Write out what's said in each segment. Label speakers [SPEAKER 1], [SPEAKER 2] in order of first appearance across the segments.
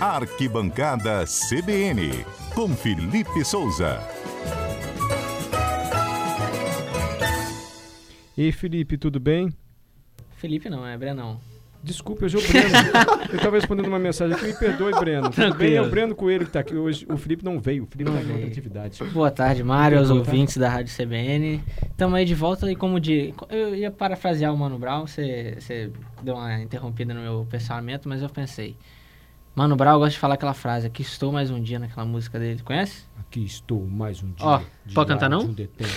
[SPEAKER 1] Arquibancada CBN, com Felipe Souza.
[SPEAKER 2] E aí, Felipe, tudo bem?
[SPEAKER 3] Felipe não, é Brenão.
[SPEAKER 2] Desculpa, hoje é o Breno. eu estava respondendo uma mensagem aqui, me perdoe, Breno. Tudo bem? É o Breno Coelho que está aqui hoje. O Felipe não veio, o Felipe não veio atividade.
[SPEAKER 3] Boa tarde, Mário, aos ouvintes da Rádio CBN. Estamos aí de volta e como de... Eu ia parafrasear o Mano Brown, você, você deu uma interrompida no meu pensamento, mas eu pensei... Mano Brown gosta de falar aquela frase, aqui estou mais um dia naquela música dele, conhece?
[SPEAKER 2] Aqui estou mais um dia.
[SPEAKER 3] Ó,
[SPEAKER 2] de
[SPEAKER 3] pode
[SPEAKER 2] lá,
[SPEAKER 3] cantar, não?
[SPEAKER 2] de um detenho.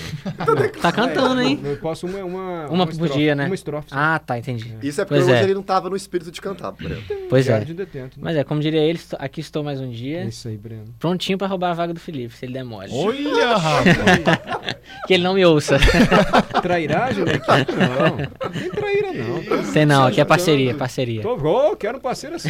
[SPEAKER 3] Tá cantando, hein?
[SPEAKER 2] Eu posso uma... Uma,
[SPEAKER 3] Uma por
[SPEAKER 2] estrofe,
[SPEAKER 3] dia, né?
[SPEAKER 2] Uma estrofe. só.
[SPEAKER 3] Ah, tá, entendi.
[SPEAKER 4] Isso é porque
[SPEAKER 3] Pois
[SPEAKER 4] hoje
[SPEAKER 3] é.
[SPEAKER 4] ele não tava no espírito de cantar, Breno.
[SPEAKER 3] Pois
[SPEAKER 2] Diário
[SPEAKER 3] é.
[SPEAKER 2] de um detento. né?
[SPEAKER 3] Mas é, como diria ele, estou- aqui estou mais um
[SPEAKER 2] É
[SPEAKER 3] dia,
[SPEAKER 2] isso aí, Breno.
[SPEAKER 3] prontinho pra roubar a vaga do Felipe, se ele der mole.
[SPEAKER 5] Olha, rapaz.
[SPEAKER 3] Que ele não me ouça.
[SPEAKER 2] Trairagem, né? Que- Não, não tem traíra, não.
[SPEAKER 3] Sei não, aqui é parceria, parceria.
[SPEAKER 2] Tô, oh, quero um parceiro assim.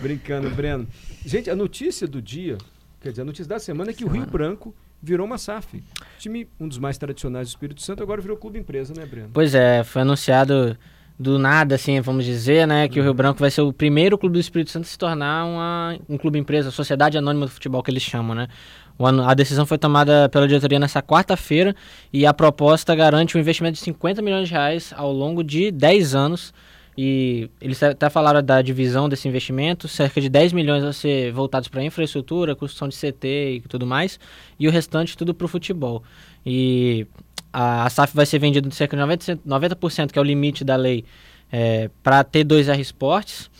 [SPEAKER 2] Brincando, Breno. Gente, a notícia do dia, quer dizer, a notícia da semana é que o Rio Branco virou uma SAF. Time, um dos mais tradicionais do Espírito Santo, agora virou clube empresa, né, Breno?
[SPEAKER 3] Pois é, foi anunciado do nada, assim, vamos dizer, né, que o Rio Branco vai ser o primeiro clube do Espírito Santo a se tornar uma, um clube empresa, sociedade anônima do futebol que eles chamam, né. O anu- a decisão foi tomada pela diretoria nessa quarta-feira e a proposta garante um investimento de 50 milhões de reais ao longo de 10 anos. E eles até falaram da divisão desse investimento, cerca de 10 milhões vão ser voltados para infraestrutura, construção de CT e tudo mais, e o restante tudo para o futebol. E a, a SAF vai ser vendida de cerca de 90%, 90% que é o limite da lei, é, para T2R Esportes.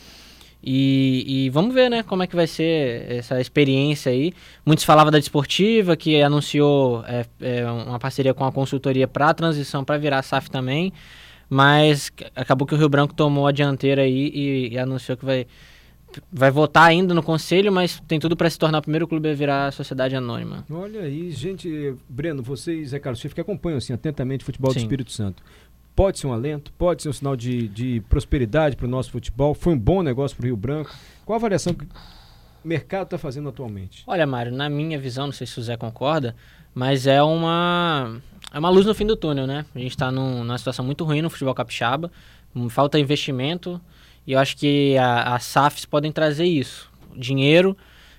[SPEAKER 3] E, e vamos ver, né, como é que vai ser essa experiência aí. Muitos falavam da Desportiva, que anunciou é, é, uma parceria com a consultoria para a transição, para virar SAF também. Mas c- acabou que o Rio Branco tomou a dianteira aí e, e anunciou que vai, vai votar ainda no conselho, mas tem tudo para se tornar o primeiro clube a virar sociedade anônima.
[SPEAKER 2] Olha aí, gente, Breno, vocês, Zé Carlos Schiff, que acompanham assim, atentamente o futebol do
[SPEAKER 3] Sim.
[SPEAKER 2] Espírito Santo. Pode ser um alento, pode ser um sinal de, de prosperidade para o nosso futebol. Foi um bom negócio para o Rio Branco. Qual a avaliação que o mercado está fazendo atualmente?
[SPEAKER 3] Olha, Mário, na minha visão, não sei se o Zé concorda, mas é uma, é uma luz no fim do túnel, né? A gente está numa situação muito ruim no futebol capixaba, hum, falta investimento, e eu acho que a- as SAFs podem trazer isso, dinheiro,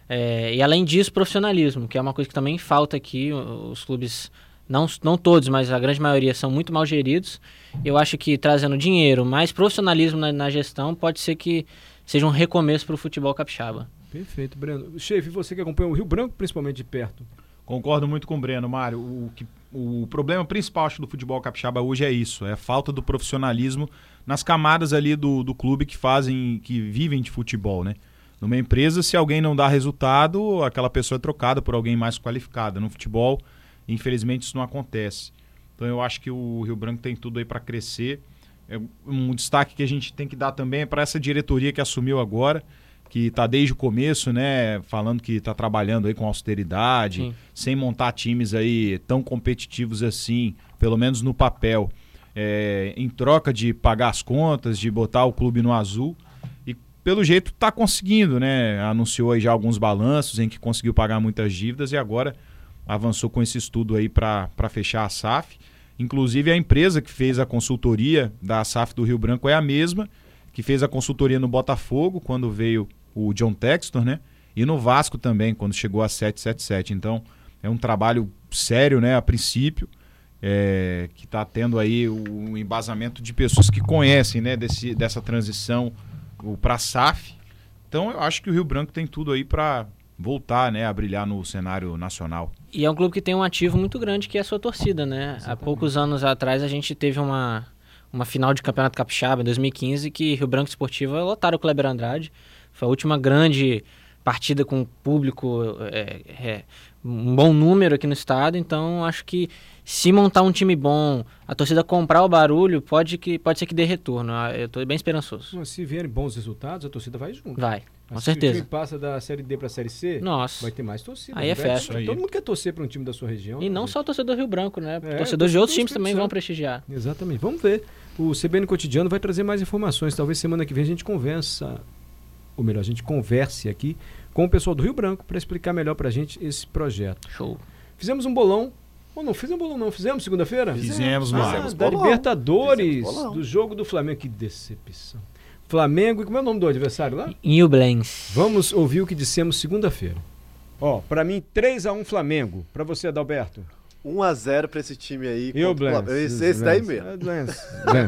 [SPEAKER 3] é, e além disso, profissionalismo, que é uma coisa que também falta aqui, o- os clubes... Não, não todos, mas a grande maioria são muito mal geridos. Eu acho que trazendo dinheiro, mais profissionalismo na, na gestão, pode ser que seja um recomeço para o futebol capixaba.
[SPEAKER 2] Perfeito, Breno. Chefe, você que acompanha o Rio Branco, principalmente de perto.
[SPEAKER 5] Concordo muito com o Breno, Mário. O, que- o problema principal acho, do futebol capixaba hoje é isso: é a falta do profissionalismo nas camadas ali do, do clube que fazem, que vivem de futebol, né? Numa empresa, se alguém não dá resultado, aquela pessoa é trocada por alguém mais qualificada. No futebol, infelizmente, isso não acontece. Então eu acho que o Rio Branco tem tudo aí para crescer. É um destaque que a gente tem que dar também é para essa diretoria que assumiu agora, que está desde o começo, né, falando que está trabalhando aí com austeridade,
[SPEAKER 3] Sim.
[SPEAKER 5] sem montar times aí tão competitivos assim, pelo menos no papel, é, em troca de pagar as contas, de botar o clube no azul. E pelo jeito está conseguindo, né? Anunciou aí já alguns balanços em que conseguiu pagar muitas dívidas e agora avançou com esse estudo aí para fechar a SAF. Inclusive a empresa que fez a consultoria da SAF do Rio Branco é a mesma que fez a consultoria no Botafogo quando veio o John Textor, né? E no Vasco também quando chegou a 777. Então é um trabalho sério, né? A princípio é, que está tendo aí o o embasamento de pessoas que conhecem, né? Desse, dessa transição para SAF. Então eu acho que o Rio Branco tem tudo aí para voltar, né? A brilhar no cenário nacional.
[SPEAKER 3] E é um clube que tem um ativo muito grande, que é a sua torcida, né? Há poucos anos atrás a gente teve uma, uma final de campeonato capixaba, em 2015, que Rio Branco Esportiva lotaram o Kleber Andrade. Foi a última grande partida com público, é, é, um bom número aqui no estado. Então acho que se montar um time bom, a torcida comprar o barulho, pode, que, pode ser que dê retorno. Ah, Eu tô bem esperançoso.
[SPEAKER 2] Mas se vierem bons resultados, a torcida vai junto.
[SPEAKER 3] Vai, com
[SPEAKER 2] Mas Se o
[SPEAKER 3] certeza.
[SPEAKER 2] time passa da Série D para a Série C,
[SPEAKER 3] Nossa.
[SPEAKER 2] vai ter mais torcida.
[SPEAKER 3] Aí é
[SPEAKER 2] Vai-
[SPEAKER 3] festa.
[SPEAKER 2] Todo
[SPEAKER 5] Aí.
[SPEAKER 2] mundo quer torcer para um time da sua região. né,
[SPEAKER 3] E não
[SPEAKER 2] gente?
[SPEAKER 3] só o torcedor Rio Branco, né?
[SPEAKER 2] É,
[SPEAKER 3] Torcedores de
[SPEAKER 2] torcedor
[SPEAKER 3] outros times também
[SPEAKER 2] Espírito
[SPEAKER 3] vão
[SPEAKER 2] Santo.
[SPEAKER 3] prestigiar.
[SPEAKER 2] Exatamente. Vamos ver. O CBN Cotidiano vai trazer mais informações. Talvez semana que vem a gente conversa, ou melhor, a gente converse aqui com o pessoal do Rio Branco para explicar melhor para a gente esse projeto.
[SPEAKER 3] Show.
[SPEAKER 2] Fizemos um bolão. Ou não, fizemos um bolão não. Fizemos segunda-feira?
[SPEAKER 5] é. Fizemos,
[SPEAKER 2] Ah,
[SPEAKER 5] Mário.
[SPEAKER 4] Fizemos
[SPEAKER 2] da
[SPEAKER 4] bolão.
[SPEAKER 2] Libertadores,
[SPEAKER 4] Fizemos bolão.
[SPEAKER 2] do jogo do Flamengo. Que decepção. O Flamengo e como é o nome do adversário lá?
[SPEAKER 3] Newblens.
[SPEAKER 2] Vamos ouvir o que dissemos segunda-feira. Ó, pra mim 3 a 1 Flamengo, pra você Adalberto.
[SPEAKER 4] 1x0 pra esse time aí.
[SPEAKER 2] E o
[SPEAKER 4] contra
[SPEAKER 2] Blanc?
[SPEAKER 4] Flamengo. Esse, esse daí mesmo.
[SPEAKER 2] Ah, Blanc.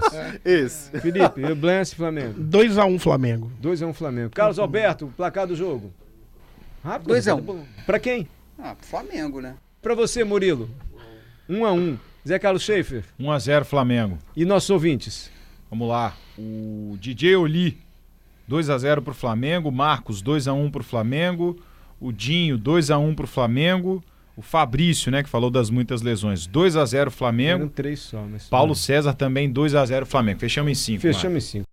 [SPEAKER 4] Esse.
[SPEAKER 2] Felipe, e o Blanc e Flamengo.
[SPEAKER 6] 2x1 Flamengo.
[SPEAKER 2] 2 a 1 Flamengo. Carlos Alberto, placar do jogo. Rápido.
[SPEAKER 7] 2 a 1.
[SPEAKER 2] um. Pra quem?
[SPEAKER 7] Ah, pro Flamengo, né?
[SPEAKER 2] Pra você, Murilo. 1 a 1. Zé Carlos Schaefer
[SPEAKER 5] 1x0 Flamengo.
[SPEAKER 2] e nossos ouvintes.
[SPEAKER 5] Vamos lá. O DJ Oli, 2x0 pro Flamengo. Marcos, 2x1 pro Flamengo. O Dinho, 2x1 pro Flamengo. O Fabrício, né, que falou das muitas lesões, 2x0
[SPEAKER 2] Eram
[SPEAKER 5] Flamengo.
[SPEAKER 2] três só, mas
[SPEAKER 5] Paulo César também, 2x0 Flamengo. Fechamos em 5.
[SPEAKER 2] Fechamos em cinco.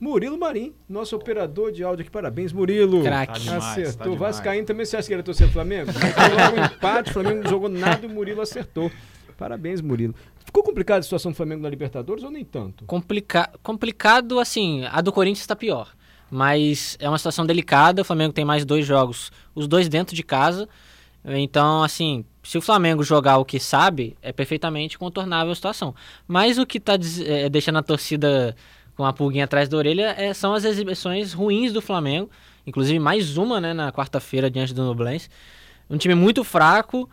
[SPEAKER 2] Murilo Marim, nosso operador de áudio aqui. Parabéns, Murilo.
[SPEAKER 3] Craque. Tá
[SPEAKER 5] demais, tá
[SPEAKER 2] acertou.
[SPEAKER 5] demais.
[SPEAKER 2] Vascaíno também, você acha que ele ia torcer pro Flamengo? Jogou um empate, o Flamengo não jogou nada e o Murilo acertou. Parabéns, Murilo. Ficou complicada a situação do Flamengo na Libertadores ou nem tanto?
[SPEAKER 3] Complica complicado, assim, a do Corinthians tá pior. Mas é uma situação delicada, o Flamengo tem mais dois jogos, os dois dentro de casa. Então, assim, se o Flamengo jogar o que sabe, é perfeitamente contornável a situação. Mas o que tá des- eh, deixando a torcida com a pulguinha atrás da orelha eh, são as exibições ruins do Flamengo. Inclusive, mais uma, né, na quarta-feira, diante do Nublense. Um time muito fraco,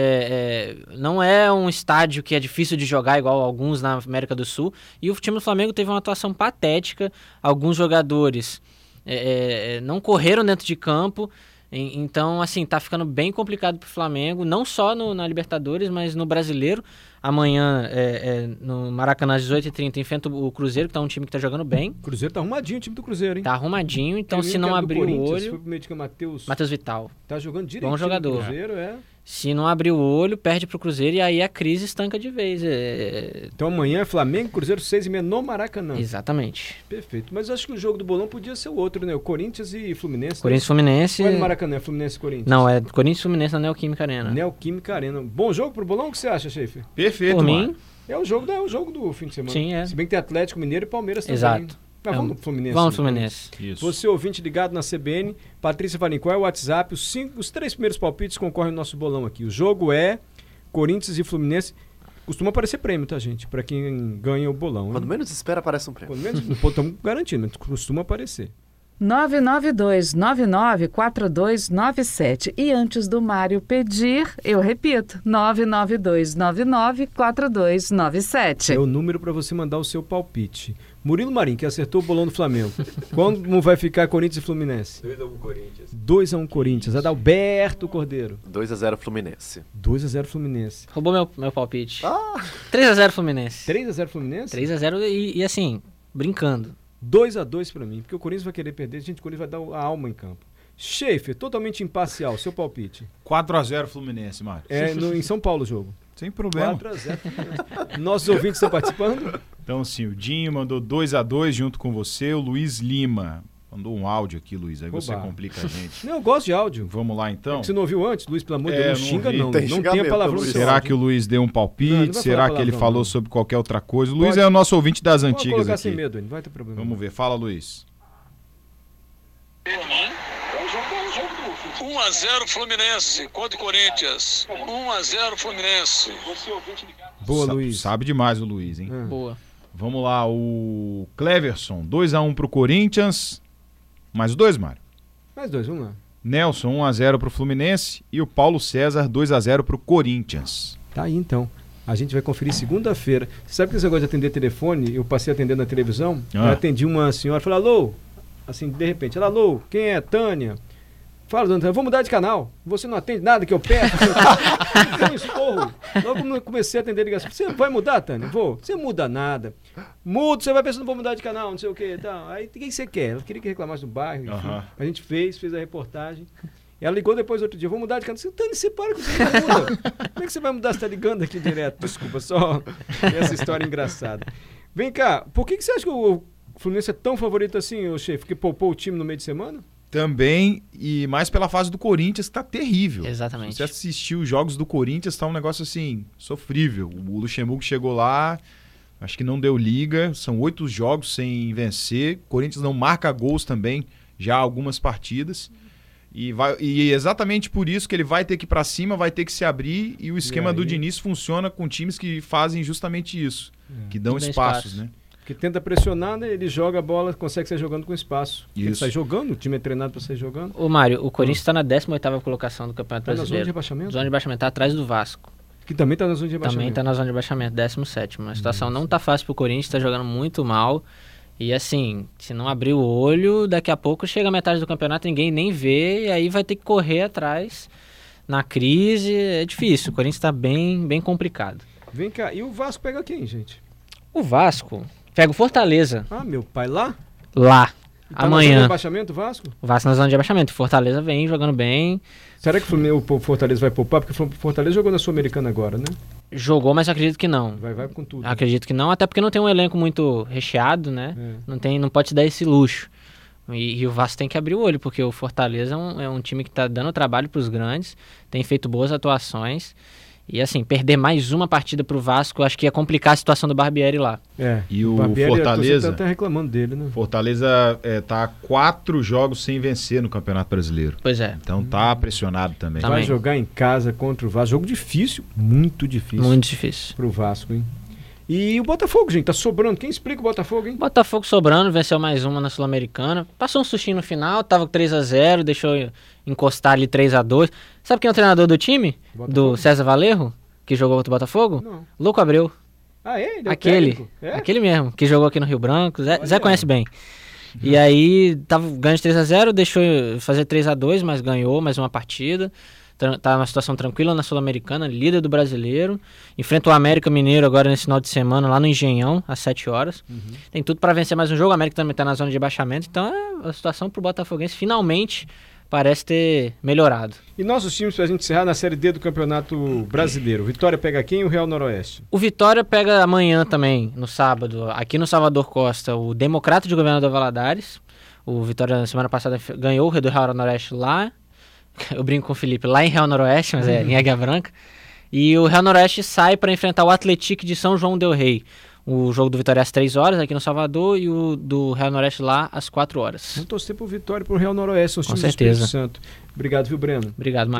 [SPEAKER 3] é, é, não é um estádio que é difícil de jogar, igual alguns na América do Sul. E o time do Flamengo teve uma atuação patética. Alguns jogadores é, é, é, não correram dentro de campo. E- Então, assim, tá ficando bem complicado pro Flamengo, não só no- na Libertadores, mas no Brasileiro. Amanhã, é, é, no Maracanã, às 18h30, enfrenta o Cruzeiro, que tá um time que tá jogando bem.
[SPEAKER 2] O Cruzeiro tá arrumadinho, o time do Cruzeiro, hein?
[SPEAKER 3] Tá arrumadinho, então
[SPEAKER 2] Tem um
[SPEAKER 3] se não
[SPEAKER 2] que é do
[SPEAKER 3] abrir o
[SPEAKER 2] Corinthians,
[SPEAKER 3] olho.
[SPEAKER 2] Foi pro meio de campo, Matheus.
[SPEAKER 3] Matheus Vital.
[SPEAKER 2] Tá jogando direitinho. no
[SPEAKER 3] jogador.
[SPEAKER 2] Cruzeiro, é.
[SPEAKER 3] Se não abrir o olho, perde pro Cruzeiro e aí a crise estanca de vez. É,
[SPEAKER 2] Então amanhã é Flamengo, Cruzeiro 6 e meia no Maracanã.
[SPEAKER 3] Exatamente.
[SPEAKER 2] Perfeito. Mas acho que o jogo do bolão podia ser o outro, né? O Corinthians e Fluminense. né?
[SPEAKER 3] Corinthians e Fluminense.
[SPEAKER 2] Ou é no Maracanã, é Fluminense e Corinthians.
[SPEAKER 3] Não, é Corinthians e Fluminense na Neoquímica Arena.
[SPEAKER 2] Neoquímica Arena. Bom jogo pro bolão? O que você acha, Schaefer?
[SPEAKER 5] Perfeito,
[SPEAKER 3] Por
[SPEAKER 5] mano.
[SPEAKER 3] mim,
[SPEAKER 2] É o jogo, da, é o jogo do fim de semana.
[SPEAKER 3] Sim, é.
[SPEAKER 2] Se bem que tem Atlético Mineiro e Palmeiras também.
[SPEAKER 3] Exato.
[SPEAKER 2] Mas
[SPEAKER 3] É um-
[SPEAKER 2] vamos pro Fluminense.
[SPEAKER 3] vamos
[SPEAKER 2] né?
[SPEAKER 3] Fluminense.
[SPEAKER 5] Isso.
[SPEAKER 2] Você ouvinte ligado na CBN, Patrícia Valincó é o WhatsApp. Os, cinco, os três primeiros palpites concorrem no nosso bolão aqui. O jogo é Corinthians e Fluminense. Costuma aparecer prêmio, tá, gente? Pra quem ganha o bolão. hein?
[SPEAKER 4] Quando menos espera, aparece um prêmio.
[SPEAKER 2] Quando menos, pô, estamos garantindo, mas costuma aparecer.
[SPEAKER 8] 992994297 e antes do Mário pedir, eu repito, 992994297.
[SPEAKER 2] É o número para você mandar o seu palpite. Murilo Marim, que acertou o bolão do Flamengo. Como vai ficar Corinthians e Fluminense? 2x1 Corinthians. 2x1 Corinthians. Adalberto Cordeiro.
[SPEAKER 4] 2x0 Fluminense.
[SPEAKER 2] 2x0 Fluminense.
[SPEAKER 3] Roubou meu, meu palpite.
[SPEAKER 2] Ah!
[SPEAKER 3] 3x0 Fluminense.
[SPEAKER 2] 3x0 Fluminense?
[SPEAKER 3] 3x0 e, e assim, brincando.
[SPEAKER 2] 2x2 para mim, porque o Corinthians vai querer perder. Gente, o Corinthians vai dar a alma em campo. Schaefer, totalmente imparcial, seu palpite.
[SPEAKER 5] 4x0 Fluminense, Mário.
[SPEAKER 2] É no- em São Paulo o jogo.
[SPEAKER 5] Sem problema.
[SPEAKER 2] 4x0 Fluminense. Nossos ouvintes estão participando?
[SPEAKER 5] Então, assim, o Dinho mandou 2x2 junto com você. O Luiz Lima mandou um áudio aqui, Luiz. Aí você
[SPEAKER 2] Oba.
[SPEAKER 5] complica a gente.
[SPEAKER 2] Não, eu gosto de áudio.
[SPEAKER 5] Vamos lá, então.
[SPEAKER 2] Você não ouviu antes, Luiz? Pelo amor de
[SPEAKER 5] É,
[SPEAKER 2] Deus, não
[SPEAKER 5] não
[SPEAKER 2] xinga
[SPEAKER 5] ouvi.
[SPEAKER 2] não.
[SPEAKER 4] Tem
[SPEAKER 2] não tem a
[SPEAKER 4] xingamento,
[SPEAKER 2] palavrão
[SPEAKER 4] Luiz.
[SPEAKER 2] no seu
[SPEAKER 5] Será
[SPEAKER 2] áudio.
[SPEAKER 5] que o Luiz deu um palpite?
[SPEAKER 2] Não, ele não vai
[SPEAKER 5] Será
[SPEAKER 2] falar
[SPEAKER 5] que ele
[SPEAKER 2] palavrão,
[SPEAKER 5] falou
[SPEAKER 2] não.
[SPEAKER 5] sobre qualquer outra coisa? O Luiz
[SPEAKER 2] Pode.
[SPEAKER 5] é o nosso ouvinte das
[SPEAKER 2] Pode
[SPEAKER 5] antigas
[SPEAKER 2] colocar assim
[SPEAKER 5] aqui.
[SPEAKER 2] sem medo, não vai ter problema.
[SPEAKER 5] Vamos ver. Fala, Luiz.
[SPEAKER 9] 1 a 0 Fluminense contra o Corinthians. 1 a 0 Fluminense.
[SPEAKER 2] Boa,
[SPEAKER 5] Sa-
[SPEAKER 2] Luiz.
[SPEAKER 5] Sabe demais o Luiz, hein?
[SPEAKER 2] Ah.
[SPEAKER 3] Boa.
[SPEAKER 5] Vamos lá, o Cleverson. 2x1 pro Corinthians. Mais dois, Mário.
[SPEAKER 2] Mais dois, vamos lá.
[SPEAKER 5] Nelson, 1x0 pro Fluminense. E o Paulo César, 2x0 pro Corinthians.
[SPEAKER 2] Tá aí então. A gente vai conferir segunda-feira. Você sabe que esse negócio de atender telefone, eu passei atendendo na televisão,
[SPEAKER 5] Ah.
[SPEAKER 2] eu atendi uma senhora, falei, alô, assim, de repente, ela, alô, quem é? Tânia. Fala, dona Tânia, vou mudar de canal. Você não atende nada que eu peço. Então eu esporro. Logo quando eu comecei a atender ligação. Você vai mudar, Tânia? Vou. Você muda nada. Muda, você vai pensando, vou mudar de canal, não sei o quê. Então, aí, o que você quer? Ela queria que reclamasse do bairro, enfim.
[SPEAKER 5] Aham.
[SPEAKER 2] A gente fez, fez a reportagem. Ela ligou depois outro dia, vou mudar de canal. Eu disse, Tânia, você para com isso, não muda. Como é que você vai mudar? Você tá ligando aqui direto. Desculpa, só essa história engraçada. Vem cá, por que, que você acha que o Fluminense é tão favorito assim, o chefe, que poupou o time no meio de semana?
[SPEAKER 5] Também, e mais pela fase do Corinthians, que tá terrível.
[SPEAKER 3] Exatamente.
[SPEAKER 5] Se você assistiu os jogos do Corinthians, tá um negócio assim, sofrível. O Luxemburgo chegou lá, acho que não deu liga, são oito jogos sem vencer. O Corinthians não marca gols também, já há algumas partidas. E, vai, e é exatamente por isso que ele vai ter que ir pra cima, vai ter que se abrir, e o esquema do
[SPEAKER 2] aí?
[SPEAKER 5] Diniz funciona com times que fazem justamente isso, que dão
[SPEAKER 3] Que dão
[SPEAKER 5] espaços,
[SPEAKER 3] espaço.
[SPEAKER 5] né?
[SPEAKER 2] Porque tenta pressionar, né? Ele joga a bola, consegue sair jogando com espaço. Ele
[SPEAKER 5] Isso.
[SPEAKER 2] sai jogando, o time é treinado para sair jogando.
[SPEAKER 3] Ô, Mário, o Corinthians está na 18ª colocação do Campeonato
[SPEAKER 2] Hum. Tá na zona de
[SPEAKER 3] Brasileiro.
[SPEAKER 2] rebaixamento?
[SPEAKER 3] Zona de rebaixamento, tá atrás do Vasco.
[SPEAKER 2] Que também está na zona de
[SPEAKER 3] Também
[SPEAKER 2] rebaixamento.
[SPEAKER 3] tá na zona de rebaixamento, 17. A situação não tá fácil pro Corinthians, tá jogando muito mal. E assim, se não abrir o olho, daqui a pouco chega a metade do campeonato, ninguém nem vê, e aí vai ter que correr atrás na crise. É difícil, o Corinthians tá bem, bem complicado.
[SPEAKER 2] Vem cá, e o Vasco pega quem, gente?
[SPEAKER 3] O Vasco pega o Fortaleza
[SPEAKER 2] Ah, meu pai, lá?
[SPEAKER 3] lá,
[SPEAKER 2] E tá Na zona de
[SPEAKER 3] amanhã.
[SPEAKER 2] rebaixamento, o Vasco?
[SPEAKER 3] O Vasco na zona de rebaixamento. O Fortaleza vem jogando bem,
[SPEAKER 2] Será que o Flumin- o Fortaleza vai poupar? Porque o Fortaleza jogou na Sul-Americana agora, né?
[SPEAKER 3] jogou, mas acredito que não.
[SPEAKER 2] Vai, vai com tudo.
[SPEAKER 3] Uhum. Acredito que não, até porque não tem um elenco muito recheado, né? Não, tem, não pode te dar esse luxo. E, e o Vasco tem que abrir o olho, porque o Fortaleza é um, é um time que está dando trabalho para os grandes, tem feito boas atuações. E assim, perder mais uma partida para o Vasco, acho que ia complicar a situação do Barbieri lá.
[SPEAKER 2] É.
[SPEAKER 5] E o
[SPEAKER 2] Barbieri, a torcida
[SPEAKER 5] Fortaleza?
[SPEAKER 2] tá até reclamando dele, né?
[SPEAKER 5] Fortaleza é, tá há quatro jogos sem vencer no Campeonato Brasileiro.
[SPEAKER 3] Pois é,
[SPEAKER 5] Então tá pressionado também.
[SPEAKER 3] Tá. Também.
[SPEAKER 2] Vai jogar em casa contra o Vasco. Jogo difícil, muito difícil
[SPEAKER 3] muito difícil.
[SPEAKER 2] pro Vasco, hein? E o Botafogo, gente, tá sobrando. Quem explica o Botafogo, hein?
[SPEAKER 3] Botafogo sobrando, venceu mais uma na Sul-Americana. Passou um sustinho no final, tava com 3 a 0 deixou encostar ali 3 a 2 Sabe quem é o treinador do time?
[SPEAKER 2] Botafogo.
[SPEAKER 3] Do César Valerro, que jogou contra o Botafogo?
[SPEAKER 2] Não.
[SPEAKER 3] Louco Abreu.
[SPEAKER 2] Ah, é? Ele é o
[SPEAKER 3] Aquele,
[SPEAKER 2] técnico? É?
[SPEAKER 3] aquele mesmo, que jogou aqui no Rio Branco. Zé, Zé
[SPEAKER 2] Olha. Uhum.
[SPEAKER 3] conhece bem. E aí, tava ganhando de 3x0, deixou fazer 3x2, mas ganhou mais uma partida. Tran- Tá numa situação tranquila na Sul-Americana, líder do brasileiro. Enfrenta o América Mineiro agora nesse final de semana, lá no Engenhão, às 7 horas.
[SPEAKER 2] Uhum.
[SPEAKER 3] Tem tudo pra vencer mais um jogo. O América também tá na zona de baixamento. Então, é, a situação pro Botafoguense finalmente parece ter melhorado.
[SPEAKER 2] E nossos times pra gente encerrar na Série D do Campeonato Brasileiro. Vitória pega quem? O Real Noroeste.
[SPEAKER 3] O Vitória pega amanhã também, no sábado, aqui no Salvador Costa, o Democrata de Governador Valadares. O Vitória, na semana passada, f- ganhou o Redo Real Noroeste lá. Eu brinco com o Felipe, lá em Real Noroeste, mas é em Águia Branca. E o Real Noroeste sai para enfrentar o Atlético de São João Del Rei. O jogo do Vitória é às 3 horas aqui no Salvador e o do Real Noroeste lá às 4 horas.
[SPEAKER 2] Uhum. Vamos torcer pro Vitória e pro Real Noroeste, são os
[SPEAKER 3] Com
[SPEAKER 2] times do Espírito
[SPEAKER 3] certeza.
[SPEAKER 2] Santo. Obrigado, viu, Breno?
[SPEAKER 3] Obrigado, Mar...